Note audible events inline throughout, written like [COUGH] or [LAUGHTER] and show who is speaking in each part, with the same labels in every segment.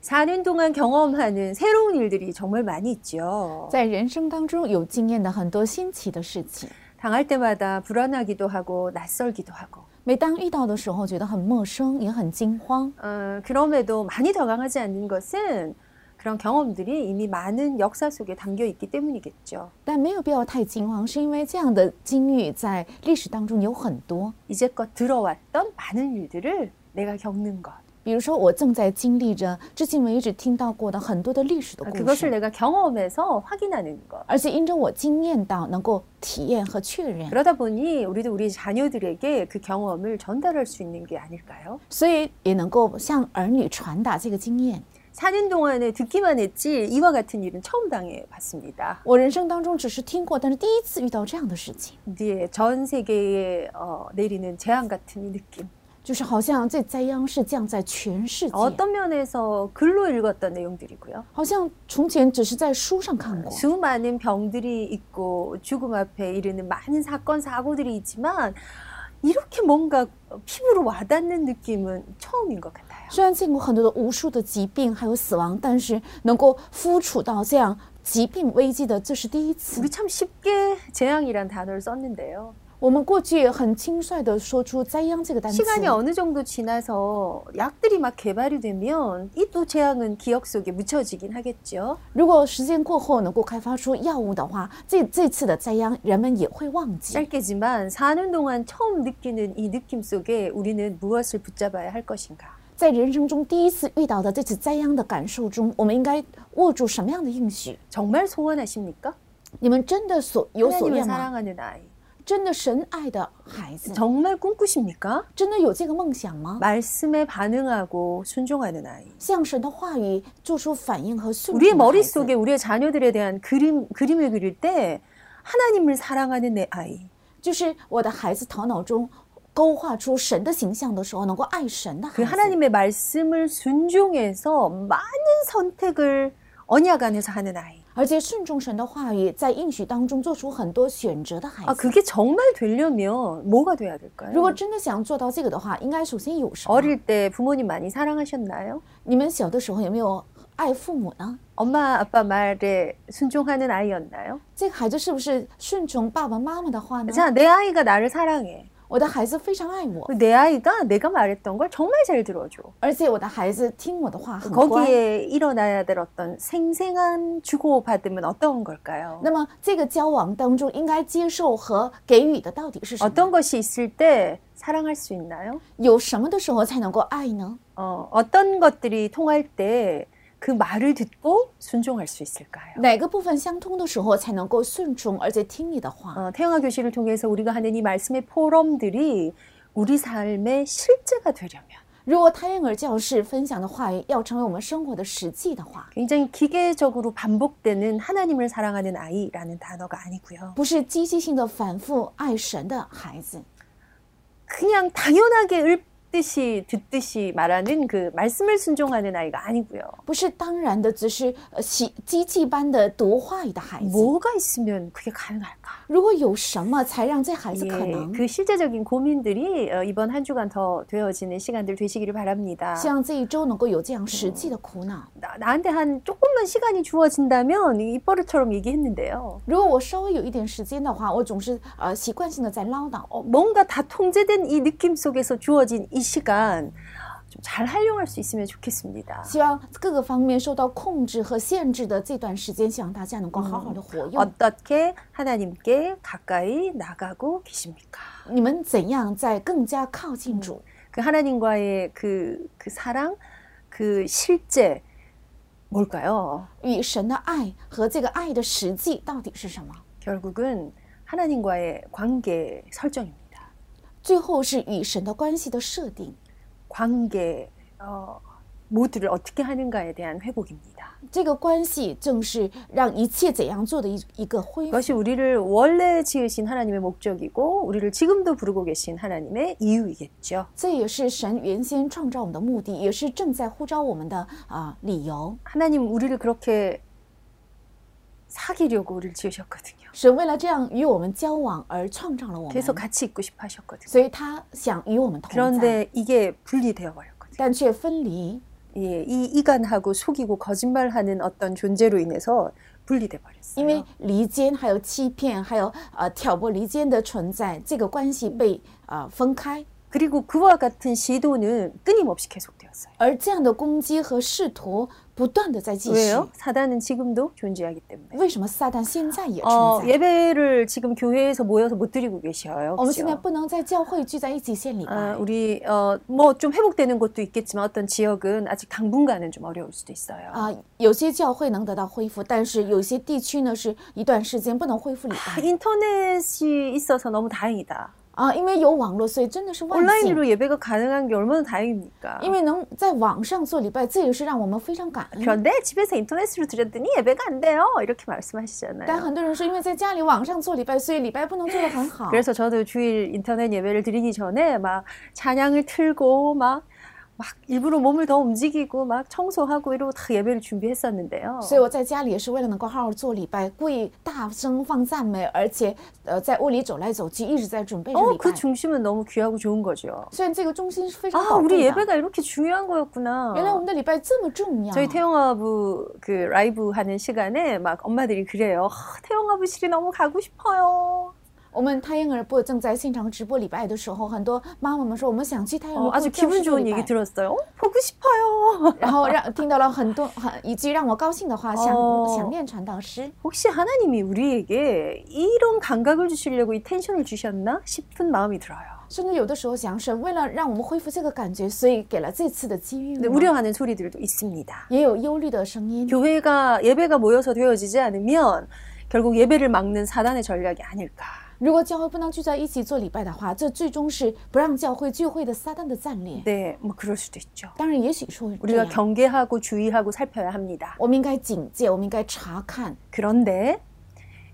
Speaker 1: 사는 동안 경험하는 새로운 일들이 정말 많이 있죠.
Speaker 2: 在人生当中有经验的很多新奇的事情，
Speaker 1: 당할 때마다 불안하기도 하고 낯설기도 하고.
Speaker 2: 每当遇到的时候，觉得很陌生，也很惊慌。
Speaker 1: 어, 그럼에도 많이 당황하지 않는 것은 그런 경험들이 이미 많은 역사 속에 담겨 있기 때문이겠죠.
Speaker 2: 但没有必要太惊慌，是因为这样的经历在历史当中有很多。
Speaker 1: 이제껏 들어왔던 많은 일들을 내가 겪는 것,
Speaker 2: 比如说，我正在经历着至今为止听到过的很多的历史的
Speaker 1: 어,
Speaker 2: 故
Speaker 1: 그것을
Speaker 2: 事，
Speaker 1: 내가 경험해서 확인하는 것.
Speaker 2: 而且因着我经验到，能够体验和确认，
Speaker 1: 그러다 보니 우리도 우리 자녀들에게 그 경험을 전달할 수 있는 게 아닐까요?
Speaker 2: 所以也能够向儿女传达这个经验。
Speaker 1: 사는 동안에 듣기만 했지 이와 같은 일은 처음 당해 봤습니다.
Speaker 2: 我人生当中只是听过，但是第一次遇到这样的事情，
Speaker 1: 네, 전 세계에 어, 내리는 재앙 같은 이 느낌.
Speaker 2: 就是好像这灾殃是降在全世界，
Speaker 1: 어떤 면에서 글로 읽었던 내용들이고요.
Speaker 2: 好像从前只是在书上看过。
Speaker 1: 수많은 병들이 있고 죽음 앞에 이르는 많은 사건 사고들이 있지만 이렇게 뭔가 피부로 와닿는 느낌은 처음인 것 같아요.
Speaker 2: 虽然见过很多的无数的疾病还有死亡，但是能够肤触到这样疾病危机的，这是第一次
Speaker 1: 우리 。참 쉽게 재앙이란 단어를 썼는데요.
Speaker 2: 我们过去很轻率地说出“灾殃”这个单词，
Speaker 1: 시간이 어느 정도 지나서 약들이 막 개발이 되면 이 또 재앙은 기억 속에 묻혀지긴 하겠죠.
Speaker 2: 如果时间过后能够开发出药物的话，这这次的灾殃人们也会忘记。
Speaker 1: 짧게지만 사는 동안 처음 느끼는 이 느낌 속에 우리는 무엇을 붙잡아야 할 것인가?
Speaker 2: 在人生中第一次遇到的这次灾殃的感受中，我们应该握住什么样的应许？
Speaker 1: 정말 소원하십니까?
Speaker 2: 你们真的所有所
Speaker 1: 하나님을
Speaker 2: 愿吗？
Speaker 1: 사랑하는 아이.
Speaker 2: 真的神爱的孩子，
Speaker 1: 정말 꿈꾸십니까?
Speaker 2: 真的有这个梦想吗？
Speaker 1: 말씀에 반응하고 순종하는 아이.
Speaker 2: 向神的话语做出反应和顺服。
Speaker 1: 우리의 머릿속에 우리의 자녀들에 대한 그림, 그림을 그릴 때 하나님을 사랑하는 내 아이.
Speaker 2: 就是我的孩子头脑中勾画出神的形象的时候，能够爱神的
Speaker 1: 그
Speaker 2: 孩子，
Speaker 1: 하나님의 말씀을 순종해서 많은 선택을 언약 안에서 하는 아이.
Speaker 2: 而且顺从神的话语，在应许当中做出很多选择的孩子。
Speaker 1: 아, 그게 정말 되려면 뭐가 돼야 될까요?
Speaker 2: 如果真的想做到这个的话，应该首先有什么？
Speaker 1: 어릴 때 부모님 많이 사랑하셨나요?
Speaker 2: 你们小的时候有没有爱父母呢？
Speaker 1: 엄마 아빠 말에 순종하는 아이였나요?
Speaker 2: 这个孩子是不是顺从爸爸妈妈的话呢？
Speaker 1: 자, 내 아이가 나를 사랑해. 그
Speaker 2: 我的孩子非常爱我，
Speaker 1: 내 아이가 내가 말했던 걸 정말 잘 들어줘.
Speaker 2: 而且我的孩子听我的话很乖。
Speaker 1: 거기에 일어나야 될 어떤 생생한 주고받음은 어떤 걸까요?
Speaker 2: 那么这个交往当中，应该接受和给予的到底是什
Speaker 1: 어떤
Speaker 2: 么？
Speaker 1: 것이 있을 때 사랑할 수 있나요?
Speaker 2: 有什么的时候才能够爱呢？
Speaker 1: 어, 어떤 것들이 통할 때 그 말을 듣고 순종할 수 있을까요?
Speaker 2: 哪个部分相通的时候才能够顺从，而且听你的话？
Speaker 1: 어, 태영아 교실을 통해서 우리가 하는 이 말씀의 포럼들이 우리 삶의 실제가 되려면
Speaker 2: 如果胎婴儿教室分享的话语要成为我们生活的实际的话，
Speaker 1: 굉장히 기계적으로 반복되는 하나님을 사랑하는 아이라는 단어가 아니고요.
Speaker 2: 不是机器性的反复爱神的孩子，
Speaker 1: 그냥 당연하게 읊듯이 듣듯이 말하는 그 말씀을 순종하는 아이가 아니고요.
Speaker 2: 不是当然的，只是呃习机器般的读话语的孩子。
Speaker 1: 뭐가 있으면 그게 가능할까?
Speaker 2: 如果有什么才让这孩子
Speaker 1: 예,
Speaker 2: 可能
Speaker 1: 그 실제적인 고민들이 어, 이번 한 주간 더 되어지는 시간들 되시기를 바랍니다.
Speaker 2: 像这一周能够有这样实际的苦恼？
Speaker 1: 나, 나한테 한 조금만 시간이 주어진다면 이 버릇처럼 얘기했는데요.
Speaker 2: 如果我稍微有一点时间的话，我总是呃习惯性的在唠叨，哦
Speaker 1: 어, 뭔가 다 통제된 이 느낌 속에서 주어진 이 시간 좀 잘 활용할 수 있으면 좋겠습니다.
Speaker 2: 希望各个方面受到控制和限制的这段时间，希望大家能够好好的活
Speaker 1: 嗯哦
Speaker 2: 用。
Speaker 1: 어떻게 하나님께 가까이 나가고 계십니까?
Speaker 2: 你们怎样在更加靠近主？
Speaker 1: 그 하나님과의 그, 그 사랑, 그 실제 뭘까요?
Speaker 2: 与神的爱和这个爱的实际到底是什么？
Speaker 1: 결국은 하나님과의 관계 설정입니다.
Speaker 2: 最后是与神的关系的设定，
Speaker 1: 관계 어, 모두를 어떻게 하는가에 대한 회복입니다.
Speaker 2: 这个关系正是让一切怎样做的一一个恢复。
Speaker 1: 이것이 우리를 원래 지으신 하나님의 목적이고 우리를 지금도 부르고 계신 하나님의 이유이겠죠.
Speaker 2: 这也是神原先创造我们的目的，也是正在呼召我们的啊、理由。
Speaker 1: 하나님 우리를 그렇게 사귀려고 우리를 지으셨거든요.
Speaker 2: 神为了这样与我们交往而创造了我
Speaker 1: 계속
Speaker 2: 们，
Speaker 1: 같이 있고 싶어 하셨거든요.
Speaker 2: 所以他想与我们同在，
Speaker 1: 그런데 이게 분리되어 버렸거든요.
Speaker 2: 但却分离。
Speaker 1: 예, 이 이간하고 속이고 거짓말하는 어떤 존재로 인해서 분리돼 버렸어요.
Speaker 2: 因为离间、还有欺骗、还有呃挑拨离间的存在，这个关系被啊、呃分开，
Speaker 1: 그리고 그와 같은 시도는 끊임없이 계속되었어요.
Speaker 2: 而这样的攻击和试图不断的在继续。
Speaker 1: 왜요? 사단은 지금도 존재하기 때문에.
Speaker 2: 为什么撒旦现在也
Speaker 1: 어,
Speaker 2: 存在？
Speaker 1: 예배를 지금 교회에서 모여서 못 드리고 계셔요.
Speaker 2: 我们现在
Speaker 1: 그죠?
Speaker 2: 不能在教会聚在一起献礼拜，
Speaker 1: 아, 우리 어, 뭐 좀 회복되는 곳도 있겠지만 어떤 지역은 아직 당분간은 좀 어려울 수도 있어요.
Speaker 2: 啊、有些教会能得到恢复，但是有些地区呢是一段时间不能恢复礼
Speaker 1: 아,
Speaker 2: 拜
Speaker 1: 인터넷이 있어서 너무 다행이다.
Speaker 2: 啊，因为有网络，所以真的是万幸。
Speaker 1: 온라인으로 예배가 가능한 게 얼마나 다행입니까?
Speaker 2: 因为能在网上做礼拜，这也是让我们非常感恩。
Speaker 1: 그런데 집에서 인터넷으로 드렸더니 예배가 안 돼요. 이렇게
Speaker 2: 但
Speaker 1: 말씀하시잖아요.
Speaker 2: 很多人说，因为在家里网上做礼拜，所以礼拜不能做得很好。
Speaker 1: 그래서 저도 주일 인터넷 예배를 드리기 전에 막 찬양을 틀고 막, 막 일부러 몸을 더 움직이고 막 청소하고 이러고 다 예배를 준비했었는데요.
Speaker 2: 所以我在家里也是为了能够好好做礼拜，故意大声放赞美，而且呃在屋里走来走去，一直在准备着
Speaker 1: 어,
Speaker 2: 礼拜
Speaker 1: 그 。 중심은 너무 귀하고 좋은 거죠.
Speaker 2: 虽然这个中心是非常
Speaker 1: 아,
Speaker 2: 宝
Speaker 1: 우리
Speaker 2: 贵的，
Speaker 1: 예배가 이렇게 중요한 거였구나.
Speaker 2: 原来我们的礼拜这么重要。
Speaker 1: 저희 태영아부 그 라이브 하는 시간에 막 엄마들이 그래요. "아, 태영아부실이 너무 가고 싶어요.
Speaker 2: 我们太婴儿部正在现场直播礼拜的时候，很多妈妈们说我们想去太婴
Speaker 1: 어,
Speaker 2: 儿部
Speaker 1: 아주
Speaker 2: 教
Speaker 1: 기분
Speaker 2: 室做
Speaker 1: 좋은
Speaker 2: 礼
Speaker 1: 얘기
Speaker 2: 拜，
Speaker 1: 들었어요. 어, 보고 싶어요. [LAUGHS]
Speaker 2: [LAUGHS] 然后让听到了很多很一句让我高兴的话，想
Speaker 1: 哦
Speaker 2: 想念传道师。
Speaker 1: 혹시 하나님이 우리에게 이런 감각을 주시려고 이 텐션을 주셨나 싶은 마음이 들어요.
Speaker 2: 甚至有的时候想，神为了让我们恢复这个感觉，所以给了这次的机遇
Speaker 1: 근데
Speaker 2: 吗。
Speaker 1: 우려하는 소리들도 있습니다.
Speaker 2: 也有忧虑的声音，
Speaker 1: 교회가 예배가 모여서 되어지지 않으면 결국 예배를 막는 사단의 전략이 아닐까.
Speaker 2: 如果教会不能聚在一起做礼拜的话，这最终是不让教会聚会的撒旦的战略。
Speaker 1: 네, 뭐 그럴 수도 있죠.
Speaker 2: 当然，也许说
Speaker 1: 우리가
Speaker 2: 这样
Speaker 1: 경계하고 주의하고 살펴야 합니다.
Speaker 2: 我们应该警戒，我们应该查看。
Speaker 1: 그런데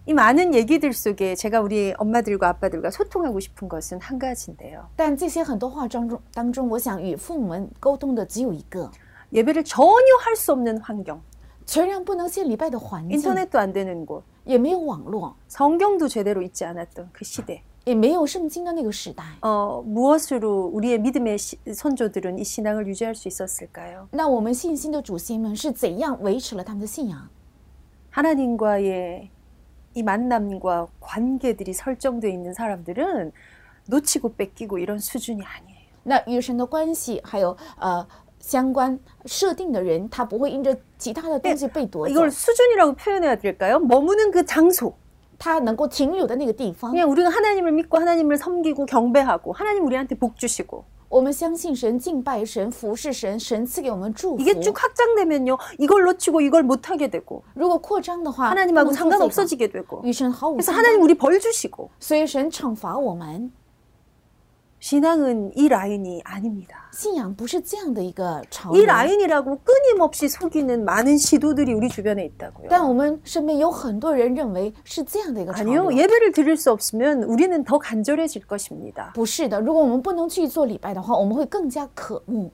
Speaker 1: 이 많은 얘기들 속에 제가 우리 엄마들과 아빠들과 소통하고 싶은 것은 한 가지인데요.
Speaker 2: 但这些很多话当中当中，我想与父母们沟通的只有一个，
Speaker 1: 예배를 전혀 할 수 없는 환경,
Speaker 2: 全然不能献礼拜的环境，
Speaker 1: 인터넷도 안 되는 곳,
Speaker 2: 也没有网络，
Speaker 1: 성경도 제대로 읽지 않았던 그 시대.
Speaker 2: 也没有圣经的那个时代。
Speaker 1: 어, 무엇으로 우리의 믿음의 시- 선조들은 이 신앙을 유지할 수 있었을까요?
Speaker 2: 那我们信心的祖先们是怎样维持了他们的信仰？
Speaker 1: 하나님과의 이 만남과 관계들이 설정되어 있는 사람들은 놓치고 뺏기고 이런 수준이 아니에요.
Speaker 2: 那与神的关系，还有呃相关设定的人，他不会因着其他的东西被夺走
Speaker 1: 이걸 ， 수준이라고 표현해야 될까요? 머무는 그 장소.
Speaker 2: 他能够停留的那个地方。
Speaker 1: 그냥 우리가 하나님을 믿고 하나님을 섬기고 경배하고 하나님 우리한테 복 주시고
Speaker 2: 我们相信神、敬拜神、服侍神，神赐给我们祝福。
Speaker 1: 이게 쭉 확장되면요. 이걸 놓치고 이걸 못 하게 되고
Speaker 2: 如果扩张的话，
Speaker 1: 하나님하고
Speaker 2: 不能做这个
Speaker 1: 상관없어지게 되고
Speaker 2: 与神毫无
Speaker 1: 그래서
Speaker 2: 相干
Speaker 1: 하나님 ， 우리 벌 주시고
Speaker 2: 所以神惩罚我们。
Speaker 1: 신앙은 이 라인이 아닙니다.
Speaker 2: 信仰不是这样的一个潮
Speaker 1: 이
Speaker 2: 流，
Speaker 1: 라인이라고 끊임없이 속이는 많은 시도들이 우리 주변에 있다고요.
Speaker 2: 但我们身边有很多人认为是这样的一个潮
Speaker 1: 아니요.
Speaker 2: 流。
Speaker 1: 예배를 드릴 수 없으면 우리는 더 간절해질 것입니다.
Speaker 2: 不是的，如果我们不能去做礼拜的话，我们会更加渴慕。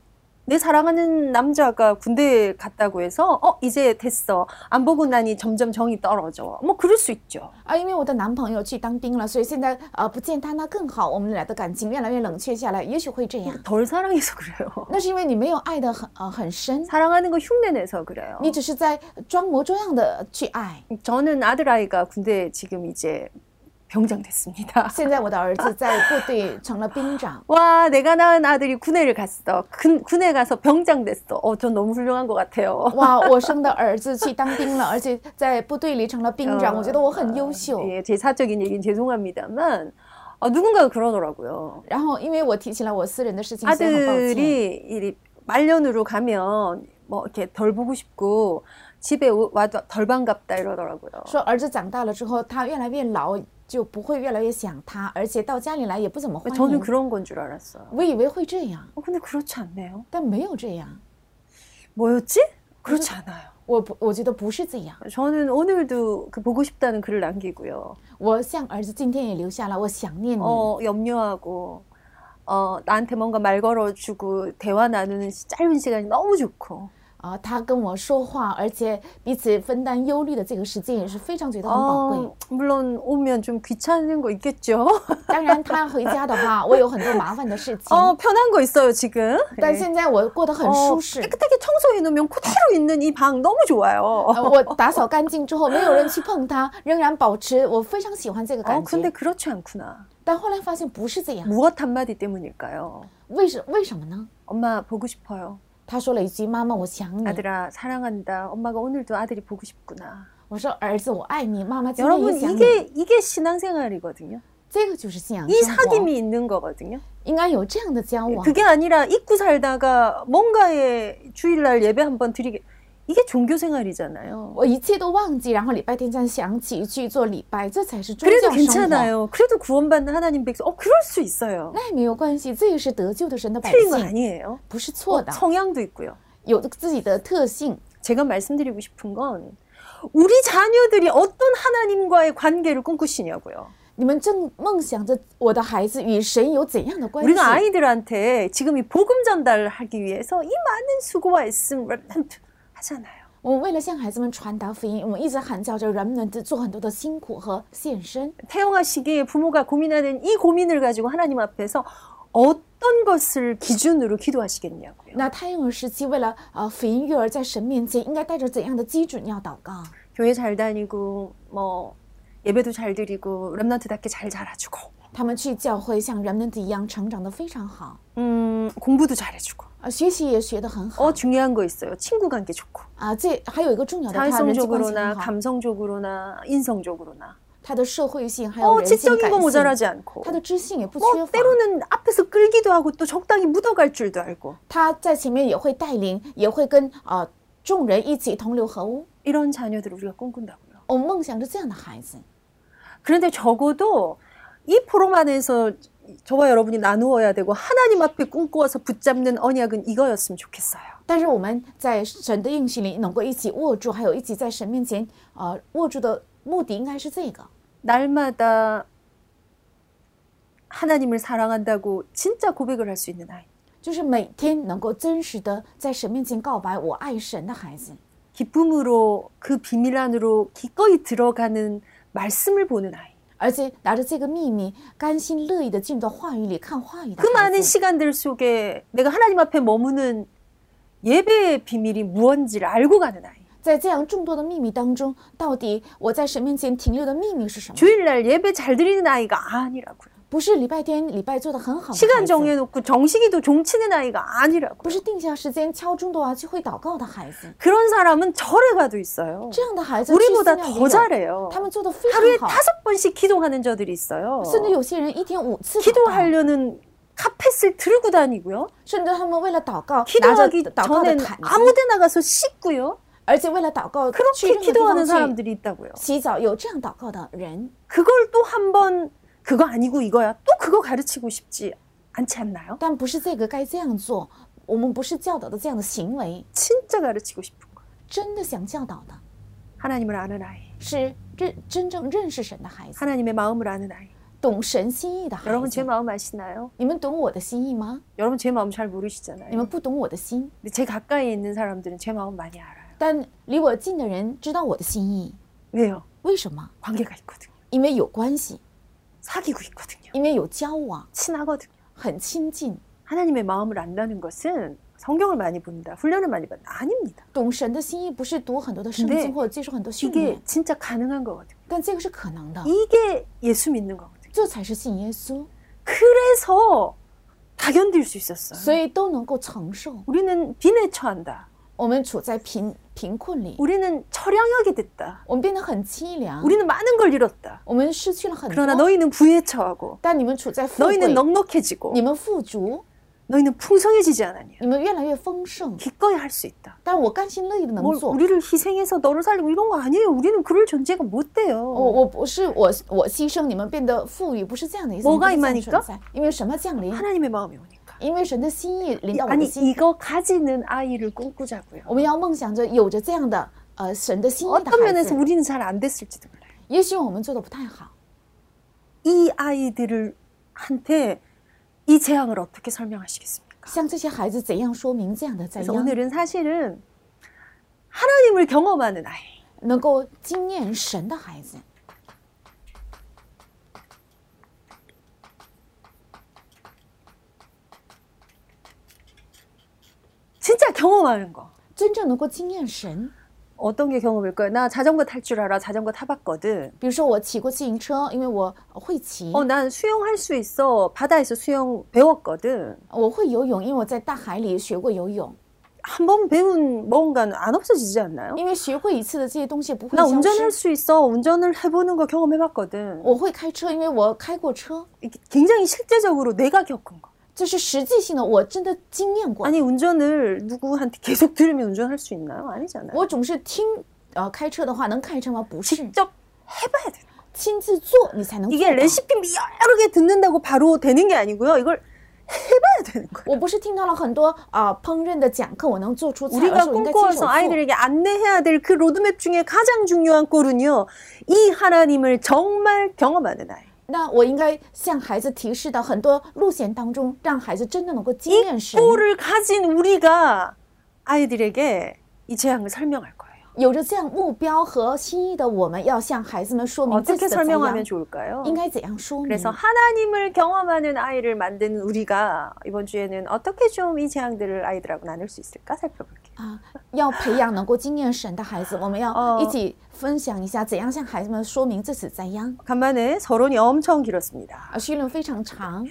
Speaker 1: 내 사랑하는 남자가 군대 갔다고 해서 어 이제 됐어 안 보고 나니 점점 정이 떨어져 뭐 그럴 수 있죠
Speaker 2: 啊，因为我的男朋友去当兵了，所以现在啊、呃不见他那更好，我们俩的感情越来越冷却下来，也许会这样。
Speaker 1: 덜 사랑해서 [LAUGHS] 그래요
Speaker 2: 那是因为你没有爱的很呃很深，
Speaker 1: 사랑하는 거 흉내내서 그래요
Speaker 2: 你只是在装模作样的去爱。
Speaker 1: 저는 아들아이가 군대 지금 이제 병장 됐습니다 ，
Speaker 2: [LAUGHS] 现在我的儿子在部队成了兵长
Speaker 1: 와 내가 낳은 아들이 군대를 갔어 군, 군에 가서 병장 됐어 어전 너무 훌륭한 것 같아요
Speaker 2: 哇，我生的儿子去当兵了，而且在部队里成了兵长，
Speaker 1: 呃
Speaker 2: 我觉得我很优秀。
Speaker 1: 예, 제 사적인 얘기는 죄송합니다만 어, 누군가가 그러더라고요
Speaker 2: 然后，因为我提起了我私人的事情，
Speaker 1: 啊
Speaker 2: 所以很抱歉。
Speaker 1: 아들이 이 말년으로 가면 뭐 이렇게 덜 보고 싶고 집에 오- 와도 덜 반갑다 이러더라고요.
Speaker 2: 说儿子长大了之后，他越来越老，就不会越来越想他，而且到家里来也不怎么欢
Speaker 1: 저는
Speaker 2: 迎。
Speaker 1: 그런 건 줄 알았어요.
Speaker 2: 我以为会这样，
Speaker 1: 어, 근데 그렇지 않네요.
Speaker 2: 但没有这样。
Speaker 1: 뭐였지? 그렇지 않아요.
Speaker 2: 我不，我觉得不是这样。
Speaker 1: 저는 오늘도 그 보고 싶다는 글을 남기고요.
Speaker 2: 我向儿子今天也留下了我想念你，
Speaker 1: 어, 염려하고 어, 나한테 뭔가 말 걸어주고 대화 나누는 시- 짧은 시간이 너무 좋고
Speaker 2: 啊、他跟我说话，而且彼此分担忧虑的这个时间也是非常觉得很宝贵。
Speaker 1: 어, 물론 오면 좀 귀찮은 거 있겠죠.
Speaker 2: [LAUGHS] 当然，他回家的话，我有很多麻烦的事情，
Speaker 1: [LAUGHS] 어, 편한 거 있어요, 지금.
Speaker 2: 哦但
Speaker 1: 예.
Speaker 2: 现在我过得很
Speaker 1: 어,
Speaker 2: 舒适。
Speaker 1: 깨끗하게 청소해 놓으면 그대로 있는 이 방 너무 좋아요.
Speaker 2: 呃我打扫干净之后，没有人去碰它，仍然保持我非常喜欢这个
Speaker 1: 어,
Speaker 2: 感觉。
Speaker 1: 근데 그렇지 않구나.
Speaker 2: 但后来发现不是这样，
Speaker 1: 무엇 한마디 때문일까요?
Speaker 2: 为什为什么呢？
Speaker 1: 엄마 보고 싶어요.
Speaker 2: 他说了一句：“妈妈，我想你。
Speaker 1: 아들아 사랑한다. 엄마가 오늘도 아들이 보고 싶구나. ”
Speaker 2: 我说：“儿子，我爱你。”妈妈今天
Speaker 1: 여러분
Speaker 2: 也想你。
Speaker 1: 이게 이게 신앙생활이거든요.
Speaker 2: 这个就是信仰
Speaker 1: 이
Speaker 2: 生活，
Speaker 1: 사귐이 있는 거거든요.
Speaker 2: 应该有这样的交往。
Speaker 1: 그게 아니라 잊고 살다가 뭔가에 주일날 예배 한번 드리게 이게 종교 생활이잖아요.
Speaker 2: 我一切都忘记，然后礼拜天再想起去做礼拜，这才是宗
Speaker 1: 그래도
Speaker 2: 教生活。
Speaker 1: 괜찮아요. 그래도 구원받는 하나님 백성. 어 그럴 수 있어요.
Speaker 2: 那也没有关系，这也是得救的神的百
Speaker 1: 틀린 거
Speaker 2: 姓，
Speaker 1: 아니에요. 어,
Speaker 2: 不是错的，
Speaker 1: 성향도 있고요.
Speaker 2: 有自己的特性。
Speaker 1: 제가 말씀드리고 싶은 건 우리 자녀들이 어떤 하나님과의 관계를 꿈꾸시냐고요.
Speaker 2: 你们正梦想着我的孩子与神有怎样的关系？
Speaker 1: 우리가 아이들한테 지금 이 복음 전달을 하기 위해서 이 많은 수고와 애씀 랩런트 하잖아요.
Speaker 2: 我们为了向孩子们传达福音，我们一直喊叫着人们做很多的辛苦和献身。
Speaker 1: 태영아 시기에 부모가 고민하는 이 고민을 가지고 하나님 앞에서 어떤 것을 기준으로 기도하시겠냐고요.
Speaker 2: 那胎儿时期，为了呃福音育儿，在神面前应该带着怎样的基准要祷告？
Speaker 1: 교회 잘 다니고 뭐 예배도 잘 드리고 랩런트답게 잘 자라주고
Speaker 2: 他们去教会像人们一样成长的非常好，
Speaker 1: 음 공부도 잘해주고
Speaker 2: 啊，学习也学得很好
Speaker 1: 어 중요한 거 있어요. 친구 관계 좋고
Speaker 2: 啊。这还有一个重
Speaker 1: 네,
Speaker 2: 要的，他人际关系
Speaker 1: 사회성적으로나
Speaker 2: 很好，
Speaker 1: 감성적으로나 인성적으로나
Speaker 2: 他的社会性还有
Speaker 1: 어
Speaker 2: 人性
Speaker 1: 지적인 거
Speaker 2: 感性，
Speaker 1: 모자라지 않고
Speaker 2: 他的哦知性也不缺
Speaker 1: 뭐
Speaker 2: 乏。
Speaker 1: 때로는 앞에서 끌기도 하고 또 적당히 묻어갈 줄도 알고
Speaker 2: 他在前面也会带领，也会跟呃众人一起同流合污。
Speaker 1: 이런 자녀들을 우리가 꿈꾼다고요.
Speaker 2: 我哦梦想着这样的孩子。
Speaker 1: 그런데 적어도 이 포럼 안에서 저와 여러분이 나누어야 되고 하나님 앞에 꿈꿔서 붙잡는 언약은 이거였으면 좋겠어요.
Speaker 2: 但是我们在神的应许里能够一起握住，还有一起在神面前呃握住的目的应该是这个。
Speaker 1: 날마다 하나님을 사랑한다고 진짜 고백을 할 수 있는 아이.
Speaker 2: 就是每天能够真实的在神面前告白我爱神的孩子，
Speaker 1: 기쁨으로 그 비밀 안으로 기꺼이 들어가는 말씀을 보는 아이.
Speaker 2: 而且拿着这个秘密，甘心乐意的进入到话语里看话语的
Speaker 1: 그
Speaker 2: 孩
Speaker 1: 많은
Speaker 2: 子。
Speaker 1: 시간들 속에 내가 하나님 앞에 머무는 예배의 비밀이 무언지를 알고 가는 아이.
Speaker 2: 在这样众多的秘密当中，到底我在神面前停留的秘密是什么？
Speaker 1: 주일날 예배 잘 드리는 아이가 아니라고요.
Speaker 2: 不是礼拜天礼拜做的很好的
Speaker 1: 시간
Speaker 2: 孩子，
Speaker 1: 정해놓고 정식이도 종치는 아이가 아니라고.
Speaker 2: 不是定下时间敲钟的啊，去会祷告的孩子。
Speaker 1: 그런 사람은 절에 가도 있어요.
Speaker 2: 这样的孩子去寺
Speaker 1: 우리보다
Speaker 2: 庙
Speaker 1: 더
Speaker 2: 也有，
Speaker 1: 잘해요.
Speaker 2: 哦他们做的非
Speaker 1: 하루에
Speaker 2: 常好，
Speaker 1: 다섯 번씩 기도하는 저들이 있어요.
Speaker 2: 甚至有些人一天五次祷告。
Speaker 1: 기도하려는 카펫을 들고 다니고요.
Speaker 2: 甚至他们为了祷告拿着
Speaker 1: 기도하기
Speaker 2: 祷告的
Speaker 1: 전엔
Speaker 2: 毯子，
Speaker 1: 아무데 나가서 씻고요.
Speaker 2: 而且为了祷告去
Speaker 1: 그렇게
Speaker 2: 任何地
Speaker 1: 기도하는
Speaker 2: 方去
Speaker 1: 사람들이 있다고요.
Speaker 2: 洗澡，有这样祷告的人，
Speaker 1: 그걸 또 한번 그거 아니고 이거야. 또 그거 가르치고 싶지 않지 않나요?
Speaker 2: 但不是这个该这样做。我们不是教导的这样的行为，
Speaker 1: 진짜 가르치고 싶은 거.
Speaker 2: 真的想教导的
Speaker 1: 하나님을 아는 아이,
Speaker 2: 是认真正认识神的孩子，
Speaker 1: 하나님의 마음을 아는 아이.
Speaker 2: 懂神心意的孩
Speaker 1: 여러분 제
Speaker 2: 子。
Speaker 1: 마음 아시나요?
Speaker 2: 你们懂我的心意吗？
Speaker 1: 여러분 제 마음 잘
Speaker 2: 你
Speaker 1: 모르시잖아요.
Speaker 2: 们不懂我的心，
Speaker 1: 근데 제 가까이에 있는 사람들은 제 마음 많이 알아요.
Speaker 2: 但离我近的人知道我的心意，
Speaker 1: 왜요?
Speaker 2: 为什么？
Speaker 1: 관계가 있거든요.
Speaker 2: 因为有关系，
Speaker 1: 사귀고 있거든요.
Speaker 2: 因为有交往，
Speaker 1: 친하거든요.
Speaker 2: 很亲近。
Speaker 1: 하나님의 마음을 안다는 것은 성경을 많이 본다, 훈련을 많이 받는다 아닙니다.
Speaker 2: 懂神的心意不是读很多的圣
Speaker 1: 근데
Speaker 2: 经或者接受很多训练
Speaker 1: 이게 ， 진짜 가능한 거거든요.
Speaker 2: 但这个是可能
Speaker 1: 아.
Speaker 2: 的，
Speaker 1: 이게 예수 믿는 거거든요.
Speaker 2: 这才是信耶稣，
Speaker 1: 그래서 다 견딜 수 있었어요.
Speaker 2: 所以都能够承受。
Speaker 1: 우리는 빈에 처한다.
Speaker 2: 我们处在贫贫困里，
Speaker 1: 우리는 처량하게 됐다.
Speaker 2: 我们变得很凄凉，
Speaker 1: 우리는 많은 걸 잃었다.
Speaker 2: 我们失去了很
Speaker 1: 아. 그러나
Speaker 2: 多。
Speaker 1: 너희는 부에 처하고
Speaker 2: 但你们处在富
Speaker 1: 너희는
Speaker 2: 贵，
Speaker 1: 넉넉해지고
Speaker 2: 你们富足，
Speaker 1: 너희는 풍성해지지 않았냐.
Speaker 2: 你们越来越丰盛。
Speaker 1: 기꺼이 할 수 있다.
Speaker 2: 但我甘心乐意的能
Speaker 1: 뭘
Speaker 2: 做，
Speaker 1: 우리를 희생해서 너를 살리고 이런 거 아니에요. 우리는 그럴 존재가 못
Speaker 2: 我
Speaker 1: 돼요.
Speaker 2: 我不是我我牺牲你们变得富裕，不是这样的意思。
Speaker 1: 뭐가
Speaker 2: 我们不是这
Speaker 1: 임하니까
Speaker 2: 样存在因为什么降临？
Speaker 1: 하나님의 마음이 오니까.
Speaker 2: 因为神的心意临到我
Speaker 1: 아니
Speaker 2: 的心。
Speaker 1: 이거 가지는 아이를 꿈꾸자고요.
Speaker 2: 我们要梦想着有着这样的呃神的心意的
Speaker 1: 어떤
Speaker 2: 孩
Speaker 1: 면에서
Speaker 2: 子，
Speaker 1: 우리는 잘 안 됐을지도 몰라요.
Speaker 2: 也许我们做的不太好。
Speaker 1: 이 아이들을 한테 이 재앙을 어떻게 설명하시겠습니까?
Speaker 2: 向这些孩子怎样说明这样的灾
Speaker 1: 그래서
Speaker 2: 殃？
Speaker 1: 오늘은 사실은 하나님을 경험하는 아이.
Speaker 2: 能够经验神的孩子。
Speaker 1: 진짜 경험하는 거.
Speaker 2: 真正能够经验神，
Speaker 1: 어떤 게 경험일까요? 나 자전거 탈 줄 알아. 자전거 타봤거든.
Speaker 2: 比如说我骑过自行车，因为我会骑；
Speaker 1: 어, 난 수영할 수 있어. 바다에서 수영 배웠거든.
Speaker 2: 我会游泳，因为我在大海里学过游泳。
Speaker 1: 한 번 배운 뭔가는 안 없어지지 않나요?
Speaker 2: 因为学会一次的这些东西不会
Speaker 1: 나
Speaker 2: 消
Speaker 1: 운전할
Speaker 2: 失。
Speaker 1: 수 있어. 운전을 해보는 거 경험해봤거든.
Speaker 2: 我会开车，因为我开过车，
Speaker 1: 이게 굉장히 실제적으로 내가 겪은 거.
Speaker 2: 这是实际性的，我真的经验过。
Speaker 1: 아니 운전을 누구한테 계속 들으면 운전할 수 있나요? 아니잖아요.
Speaker 2: 我总是听，呃，开车的话能开车吗？不是，
Speaker 1: 뭐 직접 해봐야 돼요.
Speaker 2: 亲自做你才能做
Speaker 1: 이게
Speaker 2: 到。
Speaker 1: 레시피 여러 개 듣는다고 바로 되는 게 아니고요. 이걸 해봐야 되는 거예요.
Speaker 2: 我不是听到了很多啊、呃烹饪的讲课，我能做出菜，而
Speaker 1: 우리가
Speaker 2: 是我应该亲手
Speaker 1: 꿈꿔서
Speaker 2: 做。
Speaker 1: 아이들에게 안내해야 될 그 로드맵 중에 가장 중요한 꼴은요. 이 하나님을 정말 경험하는 아이.
Speaker 2: 那我应该向孩子提示到很多路线当中，让孩子真的能够经验
Speaker 1: 이
Speaker 2: 神。
Speaker 1: 꼴을 가진 우리가 아이들에게 이 재앙을 설명할 거예요.
Speaker 2: 有着这样目标和心意的我们，要向孩子们说明自己
Speaker 1: 어떻게
Speaker 2: 的怎样，
Speaker 1: 설명하면 좋을까요?
Speaker 2: 应该怎样说明。
Speaker 1: 그래서 하나님을 경험하는 아이를 만드는 우리가 이번 주에는 어떻게 좀 이 재앙들을 아이들하고 나눌 수 있을까 살펴볼게요.
Speaker 2: 啊，要培养能够经验神的孩子，我们要
Speaker 1: 哦
Speaker 2: 一起分享一下怎样向孩子们说明这次灾殃。
Speaker 1: 간만에 서론이 엄청 길었습니다.
Speaker 2: 啊，绪论非常长，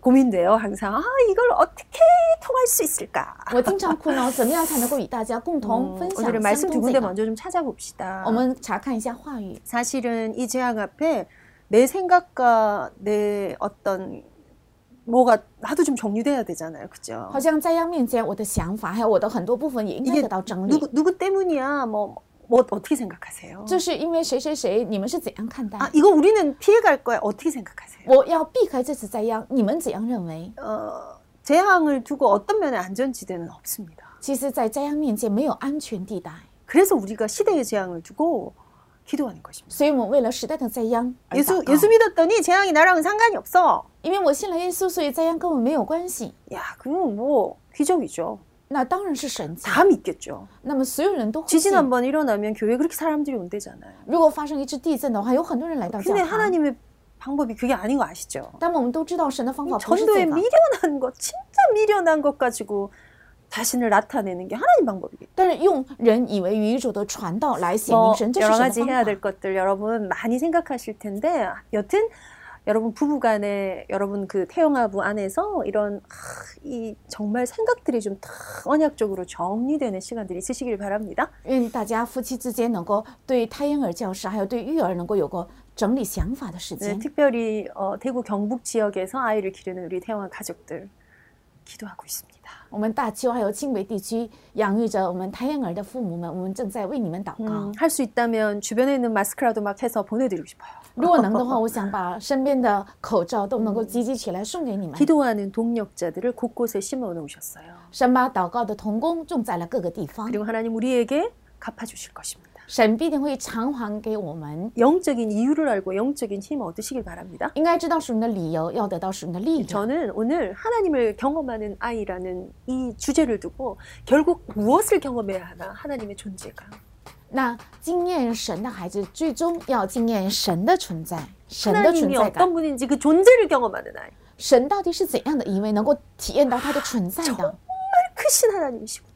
Speaker 1: 고민돼요, 항상. 아, 이걸 어떻게 통할 수 있을까?
Speaker 2: 我经常苦恼，怎么样才能够与大家共同
Speaker 1: 음,
Speaker 2: 分享
Speaker 1: 오늘은
Speaker 2: 相
Speaker 1: 말씀 두
Speaker 2: 同
Speaker 1: 군데
Speaker 2: 这个？
Speaker 1: 먼저 좀 찾아봅시다.
Speaker 2: 我们查看一下话语，
Speaker 1: 사실은 이 재앙 앞에 내 생각과 내 어떤 뭐가 나도 좀 정리돼야 되잖아요, 그죠?
Speaker 2: 好像灾殃面前，我的想法还有我的很多部分也应该
Speaker 1: 이게
Speaker 2: 得到整理。
Speaker 1: 누구 누구 때문이야? 뭐, 뭐 어떻게 생각하세요?
Speaker 2: 这是因为谁谁谁，你们是怎样看待？
Speaker 1: 아 이거 우리는 피해갈 거야. 어떻게 생각하세요?
Speaker 2: 我要避开这次灾殃，你们怎样认为？
Speaker 1: 어, 재앙을 두고 어떤 면에 안전지대는 없습니다.
Speaker 2: 其实，在灾殃面前没有安全地带，
Speaker 1: 그래서 우리가 시대의 재앙을 두고 기도하는 것입니다.
Speaker 2: 所以我们为了时代的灾殃而
Speaker 1: 예수
Speaker 2: 祷告
Speaker 1: 예수 믿었더니 재앙이 나랑은 상관이 없어.
Speaker 2: 因为我信了耶稣，所以灾殃跟我没有关系。
Speaker 1: 야 그건 뭐 기적이죠.
Speaker 2: 那当然是神迹。
Speaker 1: 다 믿겠죠.
Speaker 2: 那么所有人都会
Speaker 1: 지진
Speaker 2: 信。
Speaker 1: 한 번 일어나면 교회 그렇게 사람들이 온대잖아요.
Speaker 2: 如果发生一次地震的话，有很多人来到教
Speaker 1: 근데
Speaker 2: 堂。
Speaker 1: 하나님의 방법이 그게 아닌 거 아시죠?
Speaker 2: 但我们都知道神的方
Speaker 1: 음, 아,
Speaker 2: 法不是
Speaker 1: 전도에
Speaker 2: 这个，
Speaker 1: 미련한 것, 진짜 미련한 것 가지고 자신을 나타내는 게 하나님 방법이에요.
Speaker 2: 但是用人以为愚拙的传道来显明
Speaker 1: 뭐
Speaker 2: 神，这是
Speaker 1: 여러
Speaker 2: 神的
Speaker 1: 가지
Speaker 2: 方
Speaker 1: 해야
Speaker 2: 法
Speaker 1: 될 。 것들 여러분 많이 생각하실 텐데 여튼 여러분 부부간에 여러분 그 태영아부 안에서 이런 하, 이 정말 생각들이 좀다 언약적으로 정리되는 시간들이 있으시길 바랍니다.
Speaker 2: 愿大家夫妻之间能够对胎婴儿教师，还有对育儿能够有个整理想法的时
Speaker 1: 네,
Speaker 2: 间。
Speaker 1: 특별히 어, 대구 경북 지역에서 아이를 기르는 우리 태영아 가족들 기도하고 있습니다.
Speaker 2: 我们大邱还有清北地区养育着我们胎婴儿的父母们，我们正在为你们祷告。
Speaker 1: 어, 할 수 있다면 주변에 있는 마스크라도 막 해서 보내드리고 싶어요.
Speaker 2: 如果能的话，我想把身边的口罩都能够集集起来送给
Speaker 1: [LAUGHS]
Speaker 2: 你们。
Speaker 1: 기도하는 동력자들을 곳곳에 심어 놓으셨어요.
Speaker 2: 神把祷告的童工种在了各个地方，
Speaker 1: 그리고 하나님 우리에게 갚아주실 것입니다.
Speaker 2: 神必定会偿还给我们。
Speaker 1: 영적인 이유를 알고 영적인 힘을 얻으시길 바랍니다.
Speaker 2: 应该知道属灵的理由，要得到属灵的力量。
Speaker 1: 저는 오늘 하나님을 경험하는 아이라는 이 주제를 두고 결국 무엇을 경험해야 하나 하나님의 존재가
Speaker 2: 那经验神的孩子，最终要经验神的存在，神的存
Speaker 1: 하나님이
Speaker 2: 在感
Speaker 1: 어떤 。 분인지 그 존재를 경험하는 아이
Speaker 2: 神到底是怎样的一位，能够体验到他的存在的？
Speaker 1: 크신 하나님이시구나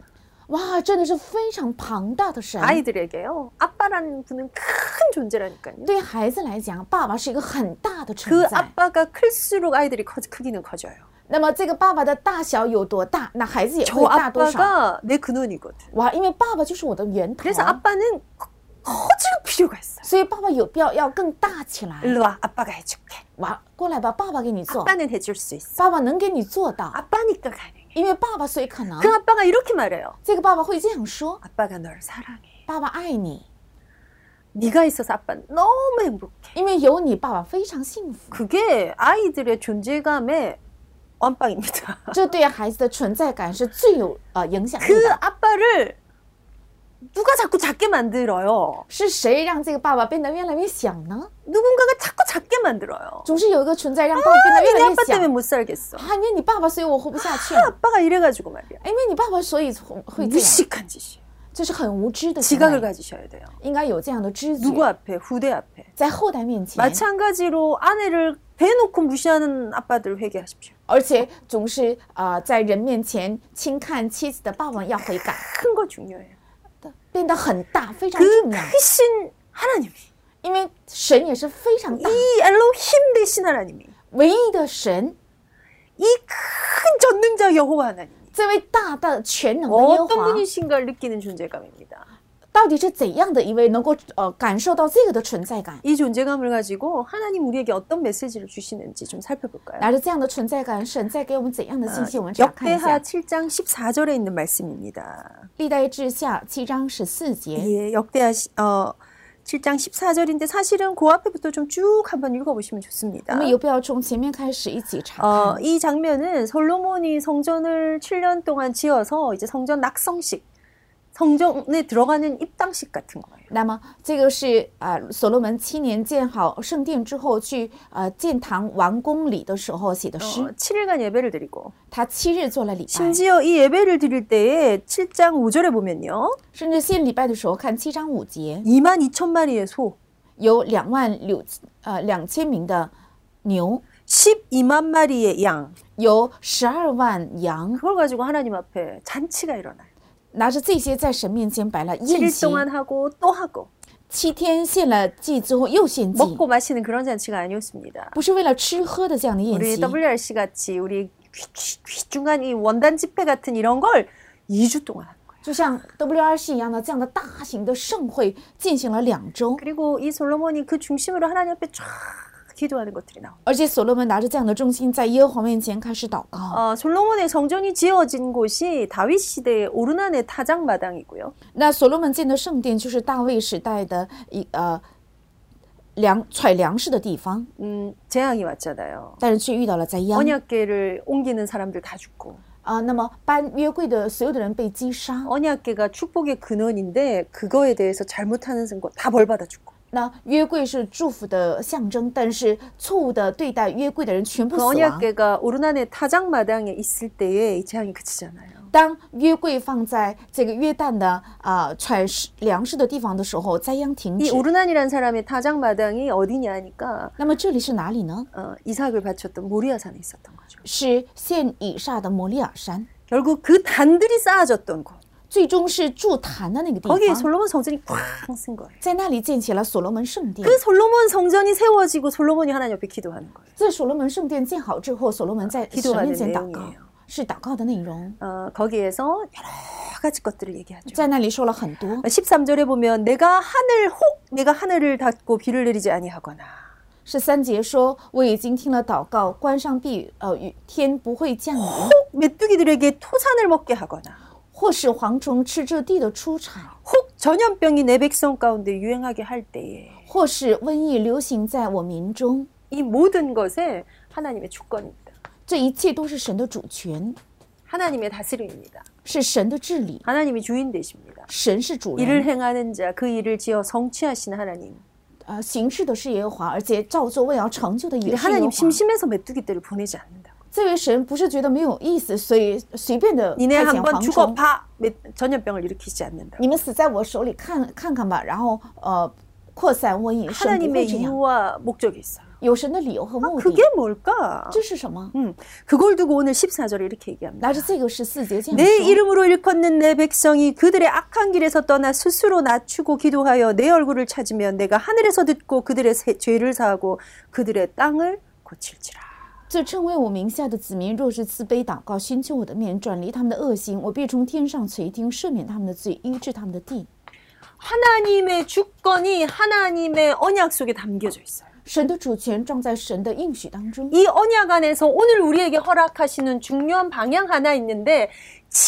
Speaker 2: 哇，真的是非常庞大的
Speaker 1: 哎
Speaker 2: 神。
Speaker 1: 아이들에게요 아빠라는 분은 큰 존재라니까요
Speaker 2: 对孩子来讲，爸爸是一个很大的存
Speaker 1: 그
Speaker 2: 在。
Speaker 1: 아빠가 클수록 아이들이 커, 크기는 커져요
Speaker 2: 那么这个爸爸的大小有多大，那孩子也
Speaker 1: 저
Speaker 2: 会大多少。
Speaker 1: 그러니까 아빠가 내 근원이거든
Speaker 2: 哇，因为爸爸就是我的源头，
Speaker 1: 그래서 아빠는 커- 커질 필요가 있어
Speaker 2: 所以爸爸有必要要更大起来。
Speaker 1: 일로 와 아빠가 해줄게
Speaker 2: 哇，过来吧，爸爸给你做，
Speaker 1: 아빠는 해줄 수 있어
Speaker 2: 爸爸能给你做到，
Speaker 1: 아빠니까 가능해
Speaker 2: 因为爸爸所以可能
Speaker 1: 그 。 아빠가 이렇게 말해요
Speaker 2: 这个爸爸会这样说
Speaker 1: 아빠가 너를 사랑해. ：“
Speaker 2: 爸爸爱你，
Speaker 1: 네가 있어서 아빠는 너무 행복해.
Speaker 2: 因为有你，爸爸非常幸福。
Speaker 1: 그게 아이들의 존재감의 완빵입니다. ”
Speaker 2: 这对孩子的存在感是最有呃影响力
Speaker 1: 그
Speaker 2: 的。
Speaker 1: 아빠를 누가 자꾸 작게 만들어요.
Speaker 2: 是谁让这个爸爸变得越来越小呢？
Speaker 1: 누군가가 자꾸 작게 만들어요.
Speaker 2: 总是有一个存在让爸爸变得啊越
Speaker 1: 내
Speaker 2: 来
Speaker 1: 아빠
Speaker 2: 越
Speaker 1: 때문에
Speaker 2: 小。
Speaker 1: 못 살겠어.
Speaker 2: 啊，因为你爸爸，所以我活不下去
Speaker 1: 내
Speaker 2: 了。哎
Speaker 1: 아빠가 이래가지고 말이야.
Speaker 2: 因为你爸爸，所以会会这样。
Speaker 1: 무식한 짓이에요.
Speaker 2: 这这是很无知的行
Speaker 1: 지각을
Speaker 2: 为，
Speaker 1: 가지셔야 돼요.
Speaker 2: 应该有这样的知觉，
Speaker 1: 누구 앞에? 후대 앞에.
Speaker 2: 在后代面前，
Speaker 1: 마찬가지로 아내를 대놓고 무시하는 아빠들 회개하십시오.
Speaker 2: 而且总是啊、呃在人面前轻看妻子的霸王要悔改，
Speaker 1: 큰 거 중요해요.
Speaker 2: 变得很大，非常
Speaker 1: 그
Speaker 2: 重要。
Speaker 1: 크신 하나님이
Speaker 2: 因为神也是非常大，
Speaker 1: 이 엘로힘 되신 하나님이
Speaker 2: 唯一的神，
Speaker 1: 이 큰 전능자 여호와 하나님 이
Speaker 2: 这位大的全
Speaker 1: 아, 그
Speaker 2: 能的耶和
Speaker 1: 어떤
Speaker 2: 华，
Speaker 1: 분이신가를 느끼는 존재감입니다.
Speaker 2: 到底是怎样的一位能够呃感受到这个的存在感？
Speaker 1: 이 존재감을 가지고 하나님 우리에게 어떤 메시지를 주시는지 좀 살펴볼까요? 아,
Speaker 2: 拿着这样的存在感，神在给我们怎样的信息？
Speaker 1: 呃
Speaker 2: 我们查看一
Speaker 1: 역대하
Speaker 2: 下《
Speaker 1: 7장 14절에 있는 말씀입니다.
Speaker 2: 历代志下》七章十四节，
Speaker 1: 예, 역대하 시- 어, 7장 14절인데 사실은 그 앞에부터 좀 쭉 한번 읽어보시면
Speaker 2: 我
Speaker 1: 좋습니다.
Speaker 2: 们有必要从前面开始一起查看。
Speaker 1: 어, 이 장면은 솔로몬이 성전을 7년 동안 지어서 이제 성전 낙성식, 성전에 들어가는 입당식 같은 거예요.
Speaker 2: 那么这个是啊、呃所罗门七年建好圣殿之后去呃建堂完工礼的时候写的
Speaker 1: 어,
Speaker 2: 诗。
Speaker 1: 7일간 예배를 드리고
Speaker 2: 他七日做了礼拜，
Speaker 1: 심지어 이 예배를 드릴 때에 7장 5절에 보면요.
Speaker 2: 甚至献礼拜的时候看七章五节，
Speaker 1: 2만 2천 마리의 소,
Speaker 2: 有两万六呃两千名的牛，
Speaker 1: 12만 마리의 양.
Speaker 2: 有十二万羊，
Speaker 1: 그걸 가지고 하나님 앞에 잔치가 일어나요.
Speaker 2: 拿着这些在神面前摆了宴
Speaker 1: 7일
Speaker 2: 席，
Speaker 1: 동안 하고 또 하고
Speaker 2: 七天献了祭之后又献祭，
Speaker 1: 먹고 마시는 그런 잔치가 아니었습니다.
Speaker 2: 不是为了吃喝的这样的宴
Speaker 1: 우리
Speaker 2: 席，
Speaker 1: WRC 같이 우리 귀- 귀- 귀중한 이 원단 집회 같은 이런 걸 2주 동안 한 거예요.
Speaker 2: 就像 WRC 一样的这样的大型的盛会进行了两周。
Speaker 1: 그리고 이 솔로몬이 그 중심으로 하나님 앞에 쫙 기도하는 것들이 나옵니다.
Speaker 2: 而且所罗门拿着这样的重心，在耶和华面前开始祷告。
Speaker 1: 어, 솔로몬의 성전이 지어진 곳이 다윗 시대의 오르난의 타작 마당이고요.
Speaker 2: 那所罗门建的圣殿就是大卫时代的一呃粮采粮食的地方，
Speaker 1: 음, 재앙이 왔잖아요.
Speaker 2: 但是却遇到了灾
Speaker 1: 哦
Speaker 2: 殃
Speaker 1: 언약궤를 옮기는 사람들 다 죽고
Speaker 2: 啊、那么搬约柜的所有的人被击杀，
Speaker 1: 언약궤가 축복의 근원인데 그거에 대해서 잘못하는 것다 벌받아 죽고
Speaker 2: 那约柜是祝福的象征，但是错误的对待约柜的人全部
Speaker 1: 그
Speaker 2: 死亡。
Speaker 1: 언약궤가 오르난의 타작 마당에 있을 때에 이 재앙이 그치잖아요.
Speaker 2: 当约柜放在这个约旦的啊采食粮食的地方的时候，灾殃停
Speaker 1: 이
Speaker 2: 止。
Speaker 1: 오르난이라는 사람의 타작 마당이 어디냐 하니까
Speaker 2: 那么这里是哪里呢？
Speaker 1: 어, 이삭을 바쳤던 모리아산에 있었던 거죠.
Speaker 2: 是现以撒的摩利亚山。
Speaker 1: 결국 그 단들이 쌓아졌던 곳.
Speaker 2: 最终是筑坛的那个地
Speaker 1: 거기에
Speaker 2: 方，
Speaker 1: 솔로몬 성전이 쾅 쓴 거예요.
Speaker 2: 在那里建起了所罗门圣殿。
Speaker 1: 그 솔로몬 성전이 세워지고 솔로몬이 하나님 옆에 기도하는 거예요.
Speaker 2: 在所罗门圣殿建好之后，所罗门在
Speaker 1: 기도하는
Speaker 2: 神面前祷
Speaker 1: 내용
Speaker 2: 告
Speaker 1: 이에요 ，
Speaker 2: 是祷告的内容，
Speaker 1: 어, 거기에서 여러 가지 것들을 얘기하죠.
Speaker 2: 在那里说了很多。
Speaker 1: 13절에 보면 내가 하늘 혹 내가 하늘을 닫고 비를 내리지 아니하거나
Speaker 2: 十三节说：“我已经听了祷告，关上闭，呃，雨天不会降雨，
Speaker 1: 혹 메뚜기들에게 토산을 먹게 하거나
Speaker 2: 或使蝗虫吃这地的出产，
Speaker 1: 혹 전염병이 내 백성 가운데 유행하게 할 때에
Speaker 2: 或使瘟疫流行在我民中。
Speaker 1: 이 모든 것에 하나님의 주권입니다. ”
Speaker 2: 这一切都是神的主权，
Speaker 1: 하나님의 다스림입니다.
Speaker 2: 是神的治理，
Speaker 1: 하나님이 주인 되십니다.
Speaker 2: 神是主
Speaker 1: 이를
Speaker 2: 人，
Speaker 1: 행하는 자 그 일을 지어 성취하신 하나님.
Speaker 2: 呃，行事的是耶和华，而且照做为要成就的也
Speaker 1: 근데
Speaker 2: 是耶和
Speaker 1: 하나님
Speaker 2: 华。
Speaker 1: 심심해서 메뚜기들을 보내지 않는다.
Speaker 2: 这位神不是觉得没有意思，所以随便的派
Speaker 1: 니네
Speaker 2: 遣
Speaker 1: 한번
Speaker 2: 蝗虫，
Speaker 1: 죽어봐. 메- 전염병을 일으키지 않는다.
Speaker 2: 你们死在我手里看看看吧，然后呃扩散瘟疫，神不
Speaker 1: 하나님의
Speaker 2: 会这样，
Speaker 1: 이유와 목적이 있어요.
Speaker 2: 有神的理由和目
Speaker 1: 그게
Speaker 2: 的，
Speaker 1: 뭘까?
Speaker 2: 这是什么？
Speaker 1: 음, 그걸 두고 오늘 14절에 이렇게 얘기합니다.
Speaker 2: 拿着这个十四节这样
Speaker 1: 내
Speaker 2: 说，
Speaker 1: 이름으로 일컫는 내 백성이 그들의 악한 길에서 떠나 스스로 낮추고 기도하여 내 얼굴을 찾으면 내가 하늘에서 듣고 그들의 세- 죄를 사하고 그들의 땅을 고칠지라.
Speaker 2: 这称为我名下的子民，若是自卑祷告，寻求我的面，转离他们的恶行，我必从天上垂听，赦免他们的罪，医治他们的地。
Speaker 1: 하나님의 주권이 하나님의 언약 속에 담겨져 있어요.
Speaker 2: 神的主权装在神的应许当中，
Speaker 1: 이 언약 안에서 오늘 우리에게 허락하시는 중요한 방향 하나 있는데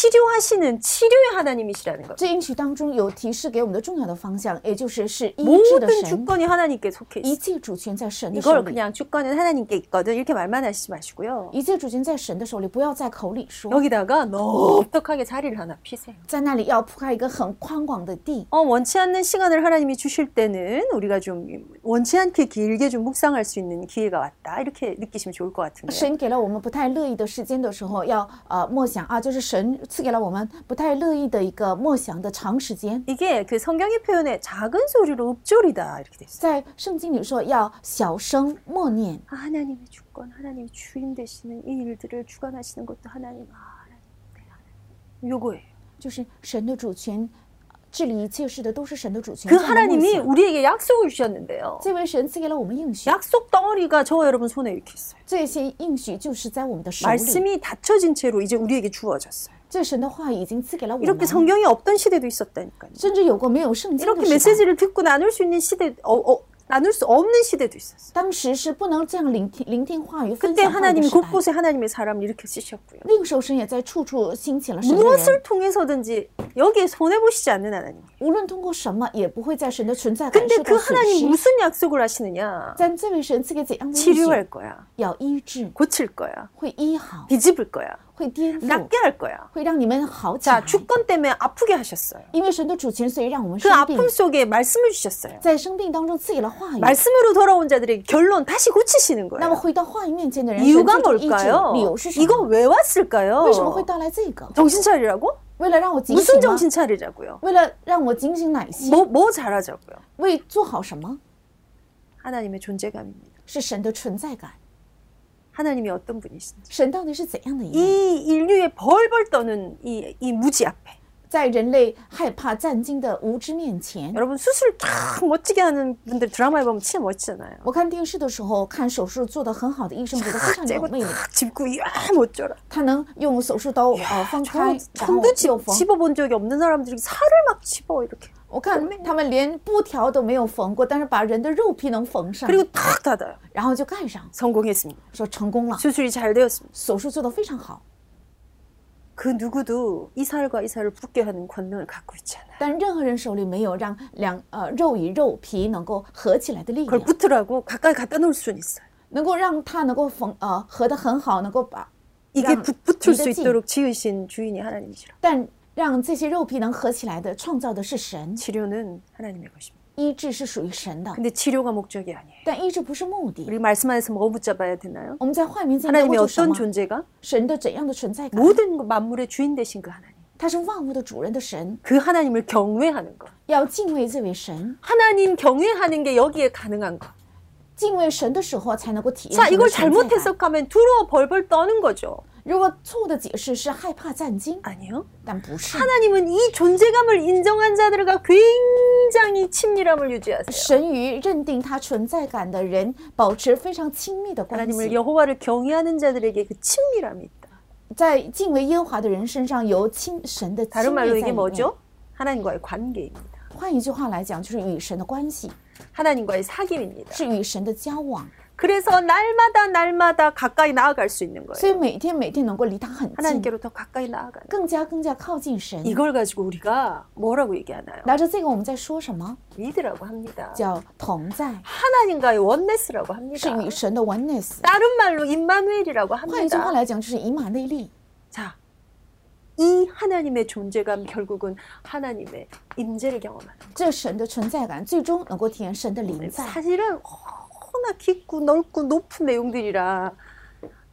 Speaker 1: 치료하시는 치료의 하나님이시라는 거예요.
Speaker 2: 这应许当中有提示给我们的重要的方向，也就是是医治的
Speaker 1: 모든
Speaker 2: 神，
Speaker 1: 주권이 하나님께 속해 있어요.
Speaker 2: 一切主权在神的手
Speaker 1: 이걸
Speaker 2: 里。
Speaker 1: 그냥 주권은 하나님께 있거든 이렇게 말만 하시지 마시고요.
Speaker 2: 一切主权在神的手里，不要在口里说，
Speaker 1: 여기다가 넉넉하게 자리를 하나 피세요.
Speaker 2: 在那里要铺开一个很宽广的地。
Speaker 1: 어, 원치 않는 시간을 하나님이 주실 때는 우리가 좀 원치 않게 길게 좀 묵상할 수 있는 기회가 왔다 이렇게 느끼시면 좋을 것 같은데요.
Speaker 2: 神给了我们不太乐意的时间的时候，要呃默想啊，就是神赐给了我们不太乐意的一个默想的长时间。
Speaker 1: 이게 그 성경의 표현에 작은 소리로 읊조리다 이렇게 돼 있어요.
Speaker 2: 在圣经里说要小声默念，
Speaker 1: 아, 하나님의 주권, 하나님이 주인 되시는 이 일들을 주관하시는 것도 하나님, 아, 하나님, 네, 하나님. 요거예요.
Speaker 2: 就是神的主权，治理一切事的都是神的主权。
Speaker 1: 그
Speaker 2: 这样的默
Speaker 1: 하나님이
Speaker 2: 想
Speaker 1: 우리에게 약속을 주셨는데요.
Speaker 2: 这位神赐给了我们应许，
Speaker 1: 약속 덩어리가 저와 여러분 손에 이렇게 있어요.
Speaker 2: 这些应许就是在我们的手
Speaker 1: 그렇죠.
Speaker 2: 里。
Speaker 1: 말씀이 닫혀진 채로 이제 우리에게 주어졌어요.
Speaker 2: 这神的话已经赐给了我
Speaker 1: 이렇게
Speaker 2: 们，
Speaker 1: 성경이 없던 시대도 있었다니까요.
Speaker 2: 甚至有过没有圣经
Speaker 1: 이렇게
Speaker 2: 的时代，
Speaker 1: 메시지를 듣고 나눌 수 있는 시대, 어, 어, 나눌 수 없는 시대도 있었어요.
Speaker 2: 当时是不能这样聆听聆听话语、分
Speaker 1: 그때
Speaker 2: 享话语的
Speaker 1: 하나님이
Speaker 2: 时代。
Speaker 1: 곳곳에 하나님의 사람을 이렇게 쓰셨고요.
Speaker 2: 那个时候，神也在处处兴起了神的人，
Speaker 1: 무엇을 통해서든지 여기에 손해보시지 않는 하나님.
Speaker 2: 无论通过什么，也不会在神的存在感
Speaker 1: 근데
Speaker 2: 受
Speaker 1: 그
Speaker 2: 到损
Speaker 1: 하나님
Speaker 2: 失。
Speaker 1: 무슨 약속을 하시느냐?
Speaker 2: 但这位神赐给怎样的应许？
Speaker 1: 치료할 거야.
Speaker 2: 要医治，
Speaker 1: 고칠 거야.
Speaker 2: 会医好，
Speaker 1: 뒤집을 거야.
Speaker 2: 会颠覆，
Speaker 1: 낫게 할 거야.
Speaker 2: 会让你们好起来
Speaker 1: 자 。 주권 때문에 아프게 하셨어요.
Speaker 2: 因为神的主权，所以让我们
Speaker 1: 그
Speaker 2: 生病，
Speaker 1: 아픔 속에 말씀을 주셨어요.
Speaker 2: 在生病当中赐给了话语。
Speaker 1: 말씀으로 돌아온 자들의 결론 다시 고치시는
Speaker 2: 那么
Speaker 1: 거예요.
Speaker 2: 回到话语面前的人，神
Speaker 1: 이유가
Speaker 2: 最终医治，
Speaker 1: 뭘까요?
Speaker 2: 理由是什
Speaker 1: 이거
Speaker 2: 么？
Speaker 1: 왜 왔을까요?
Speaker 2: 为什么会带来这个？
Speaker 1: 정신 차리라고?
Speaker 2: 为了让我警
Speaker 1: 무슨
Speaker 2: 醒吗？
Speaker 1: 정신 차리자고요?
Speaker 2: 为了让我警醒哪些？
Speaker 1: 뭐, 뭐 잘하자고요?
Speaker 2: 为做好什么？
Speaker 1: 하나님의 존재감입니다.
Speaker 2: 是神的存在感。
Speaker 1: 하나님이 어떤 분이신지.
Speaker 2: 神到底是怎样的一位？
Speaker 1: 이 인류의 벌벌 떠는 이, 이 무지 앞에
Speaker 2: 在人类害怕战惊的无知面前，
Speaker 1: 여러분 수술 탁 멋지게 하는 분들 드라마에 보면 진짜 멋지잖아요.
Speaker 2: 我看电视的时候，看手术做得很好的医生，觉得 [LAUGHS] 非常有
Speaker 1: 재고
Speaker 2: 魅力。
Speaker 1: 탁 짚고 이야 멋져라.
Speaker 2: 他能用手术刀呃放开
Speaker 1: 저 ，
Speaker 2: 然后
Speaker 1: 전부
Speaker 2: 又
Speaker 1: 집
Speaker 2: 缝。
Speaker 1: 집어본 적이 없는 사람들이 살을 막 집어 이렇게
Speaker 2: 我看他们连布条都没有缝过，但是把人的肉皮能缝上，
Speaker 1: 그리고 탁 닫아요.
Speaker 2: 然后就盖上，
Speaker 1: 성공했습니다.
Speaker 2: 说成功了，
Speaker 1: 수술이 잘 되었습니다.
Speaker 2: 手术做得非常好。
Speaker 1: 그 누구도 이 살과 이 살을 붙게 하는 권능을 갖고 있지 않아요.
Speaker 2: 但任何人手里没有让两呃肉与肉皮能够合起来的力量
Speaker 1: 걸 ， 붙으라고 가까이 갖다 놓을 수는 있어요.
Speaker 2: 能够让它能够缝呃合得很好，能够把，
Speaker 1: 이게
Speaker 2: 그럼
Speaker 1: 붙, 붙을 수
Speaker 2: 믿어지.
Speaker 1: 있도록 지으신 주인이 하나님이시라.
Speaker 2: 但让这些肉皮能合起来的，创造的是神，
Speaker 1: 치료는 하나님의 것입니다.
Speaker 2: 医治是属于神的，
Speaker 1: 근데 치료가 목적이 아니에요.
Speaker 2: 但医治不是目的。
Speaker 1: 우리 말씀 안에서 뭐 붙잡아야 되나요?
Speaker 2: 我们在画面前能
Speaker 1: 하나님이
Speaker 2: 够什
Speaker 1: 어떤
Speaker 2: 么？
Speaker 1: 존재가
Speaker 2: 神的怎样的存在感？
Speaker 1: 모든 것, 만물의 주인 되신 그 하나님.
Speaker 2: 他是万物的主人的神，
Speaker 1: 그 하나님을 경외하는 것.
Speaker 2: 要敬畏这位神。
Speaker 1: 하나님 경외하는 게 여기에 가능한 것.
Speaker 2: 敬畏神的时候，才能够体验
Speaker 1: 자
Speaker 2: 神的
Speaker 1: 이걸
Speaker 2: 存在感
Speaker 1: 잘못 해석하면 두려워 벌벌 떠는 거죠.
Speaker 2: 如果错误的解释是害怕战惊，
Speaker 1: 아니요.
Speaker 2: 但不是。
Speaker 1: 하나님은 이 존재감을 인정한 자들과 굉장히 친밀함을 유지하세요.
Speaker 2: 神与认定他存在感的人保持非常亲密的关
Speaker 1: 하나님을
Speaker 2: 系，
Speaker 1: 여호와를 경외하는 자들에게 그 친밀함이 있다.
Speaker 2: 在敬畏耶和华的人身上有亲神的亲
Speaker 1: 다른
Speaker 2: 密在
Speaker 1: 말로
Speaker 2: 里
Speaker 1: 이게
Speaker 2: 面。
Speaker 1: 뭐죠? 하나님과의 관계입니다.
Speaker 2: 换一句话来讲，就是与神的关系
Speaker 1: 하나님과의 사귐입니다.
Speaker 2: 是与神的交往，
Speaker 1: 그래서 날마다 날마다 가까이 나아갈 수 있는 거예요.
Speaker 2: 所以每天每天能够离他很近，
Speaker 1: 하나님께로 더 가까이 나아가는.
Speaker 2: 更加更加靠近神。
Speaker 1: 이걸 가지고 우리가 뭐라고 얘기하나요?
Speaker 2: 拿着这个，我们在说什么？
Speaker 1: 믿으라고 합니다.
Speaker 2: 叫同在，
Speaker 1: 하나님과의 원네스라고 합니다.
Speaker 2: 是与神的 oneness。
Speaker 1: 다른 말로 임마누엘이라고
Speaker 2: 换一句话
Speaker 1: 합니다.
Speaker 2: 来讲，就是以马内利。
Speaker 1: 자, 이 하나님의 존재감 결국은 하나님의 임재를 경험하는. 거예요.
Speaker 2: 这神的存在感最终能够体验神的临在。
Speaker 1: 사실은 허나 깊고 넓고 높은 내용들이라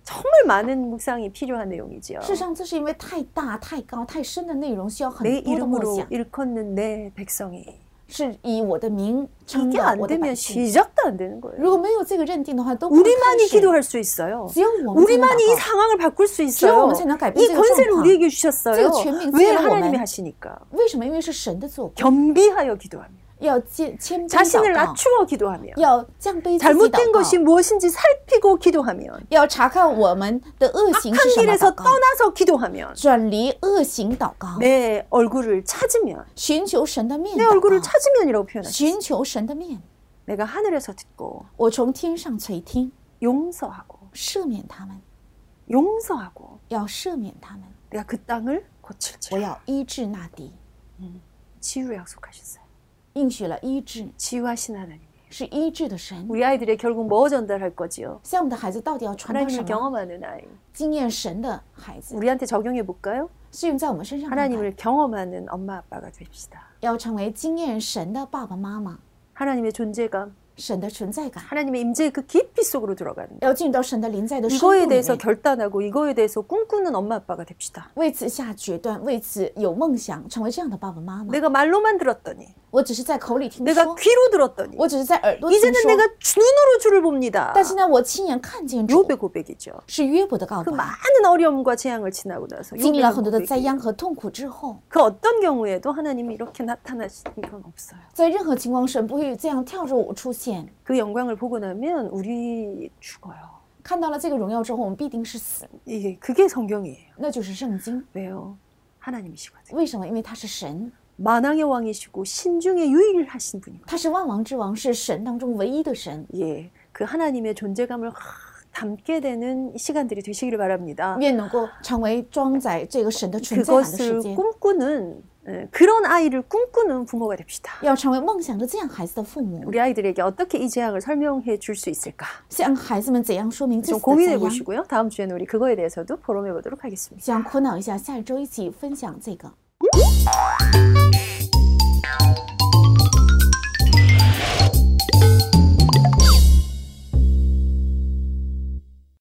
Speaker 1: 정말 많은 묵상이 필요한 내용이지요.
Speaker 2: 事实上，这是因为太大、太高、太深的内容需要
Speaker 1: 내
Speaker 2: 很多的默
Speaker 1: 이름으로
Speaker 2: 想，
Speaker 1: 일컫는 내 백성이
Speaker 2: 是以我的名称
Speaker 1: 이게
Speaker 2: 的
Speaker 1: 안
Speaker 2: 我的百
Speaker 1: 되면
Speaker 2: 姓。
Speaker 1: 시작도 안 되는 거예요.
Speaker 2: 如果没有这个认定的话，都不能开
Speaker 1: 우리만이
Speaker 2: 始。
Speaker 1: 기도할 수 있어요.
Speaker 2: 只有我们才能
Speaker 1: 우리만이 이
Speaker 2: 祷告
Speaker 1: 상황을 바꿀 수 있어요.
Speaker 2: 지금 세상 갈비
Speaker 1: 이
Speaker 2: 지금
Speaker 1: 권세를
Speaker 2: 상황.
Speaker 1: 우리에게 주셨어요.
Speaker 2: 지금 주님
Speaker 1: 왜
Speaker 2: 지금
Speaker 1: 하나님이
Speaker 2: 오면.
Speaker 1: 하시니까?
Speaker 2: 为什么？因为是神的作为，
Speaker 1: 겸비하여 기도하며
Speaker 2: 要谦谦卑
Speaker 1: 자신을
Speaker 2: 祷告，
Speaker 1: 낮추어 예, 어. 기도하며
Speaker 2: 要降卑自己
Speaker 1: 잘못된
Speaker 2: 祷
Speaker 1: 것이
Speaker 2: 告，
Speaker 1: 무엇인지 살피고 기도하면
Speaker 2: 要查看我们的恶行是
Speaker 1: 악한
Speaker 2: 什么祷
Speaker 1: 길에서
Speaker 2: 告，
Speaker 1: 떠나서 기도하면
Speaker 2: 转离恶行祷告，
Speaker 1: 내 얼굴을 찾으면
Speaker 2: 寻求神的面
Speaker 1: 내
Speaker 2: 祷
Speaker 1: 얼굴을
Speaker 2: 告，
Speaker 1: 찾으면이라고 표현하죠.
Speaker 2: 寻求神的面。
Speaker 1: 내가 하늘에서 듣고
Speaker 2: 我从天上垂听，
Speaker 1: 용서하고
Speaker 2: 赦免他们，
Speaker 1: 용서하고
Speaker 2: 要赦免他们，
Speaker 1: 내가 그 땅을
Speaker 2: 我
Speaker 1: 고칠지
Speaker 2: 要医治那地。
Speaker 1: 치유 약속하셨어요.
Speaker 2: 应许了医治，
Speaker 1: 치유하신 하나님.
Speaker 2: 是医治的神。
Speaker 1: 우리 아이들의 결국 뭐 전달할 거지요?
Speaker 2: 像我们的孩子到底要传达什
Speaker 1: 하나님을
Speaker 2: 么？
Speaker 1: 경험하는 아이.
Speaker 2: 经验神的孩子，
Speaker 1: 우리한테 적용해 볼까요?
Speaker 2: 是用在我们身上看看。
Speaker 1: 하나님을 경험하는 엄마 아빠가 됩시다.
Speaker 2: 要成为经验神的爸爸妈妈，
Speaker 1: 하나님의 존재감,
Speaker 2: 神的存在感，
Speaker 1: 하나님의 임재의 그 깊이 속으로 들어가는
Speaker 2: 要进入到神的临在的深度
Speaker 1: 이거에
Speaker 2: 里
Speaker 1: 대해서
Speaker 2: 面。
Speaker 1: 결단하고 이거에 대해서 꿈꾸는 엄마 아빠가 됩시다.
Speaker 2: 为此下决断，为此有梦想，成为这样的爸爸妈妈。
Speaker 1: 내가 말로만 들었더니
Speaker 2: 我只是在口里听
Speaker 1: 내가
Speaker 2: 说，
Speaker 1: 귀로 들었더니
Speaker 2: 我只是在耳朵听
Speaker 1: 이제는
Speaker 2: 说，
Speaker 1: 내가 주- 눈으로 주를 봅니다.
Speaker 2: 但现在我亲眼看见主，
Speaker 1: 요배 고백이죠.
Speaker 2: 是约伯的告
Speaker 1: 그
Speaker 2: 白。
Speaker 1: 많은 어려움과 재앙을 지나고 나서
Speaker 2: 经历
Speaker 1: 요배의
Speaker 2: 了很多的
Speaker 1: 고백이
Speaker 2: 灾殃和痛苦之后，
Speaker 1: 그 어떤 경우에도 하나님이 이렇게 나타나시는 건 없어요.
Speaker 2: 在任何情况神不会这样跳着舞出现。
Speaker 1: 그 영광을 보고 나면 우리 죽어요.
Speaker 2: 看到了这个荣耀之后，我们必定是死，
Speaker 1: 이게 그게 성경이에요.
Speaker 2: 那就是圣经。
Speaker 1: 왜요? 하나님이시거든요.
Speaker 2: 为什么？因为他是神，
Speaker 1: 만왕의 왕이시고 신중에 유일하신 분이거든요.
Speaker 2: 他是万王之王，是神当中唯一的神。
Speaker 1: 예, 그 하나님의 존재감을 확 담게 되는 시간들이 되시길 바랍니다.
Speaker 2: 愿能够成为装载这个神的存在感的时
Speaker 1: 그것을
Speaker 2: 间，
Speaker 1: 꿈꾸는 예, 그런 아이를 꿈꾸는 부모가 됩시다.
Speaker 2: 要成为梦想的这样孩子的父母，
Speaker 1: 우리 아이들에게 어떻게 이 재앙을 설명해 줄 수 있을까?
Speaker 2: 向孩子们怎样说明自
Speaker 1: 좀
Speaker 2: 己
Speaker 1: 고민해
Speaker 2: 的灾殃，
Speaker 1: 보시고요. 다음 주에는 우리 그거에 대해서도 포럼해 보도록 하겠습니다.
Speaker 2: 想苦恼一下，下一周一起分享这个。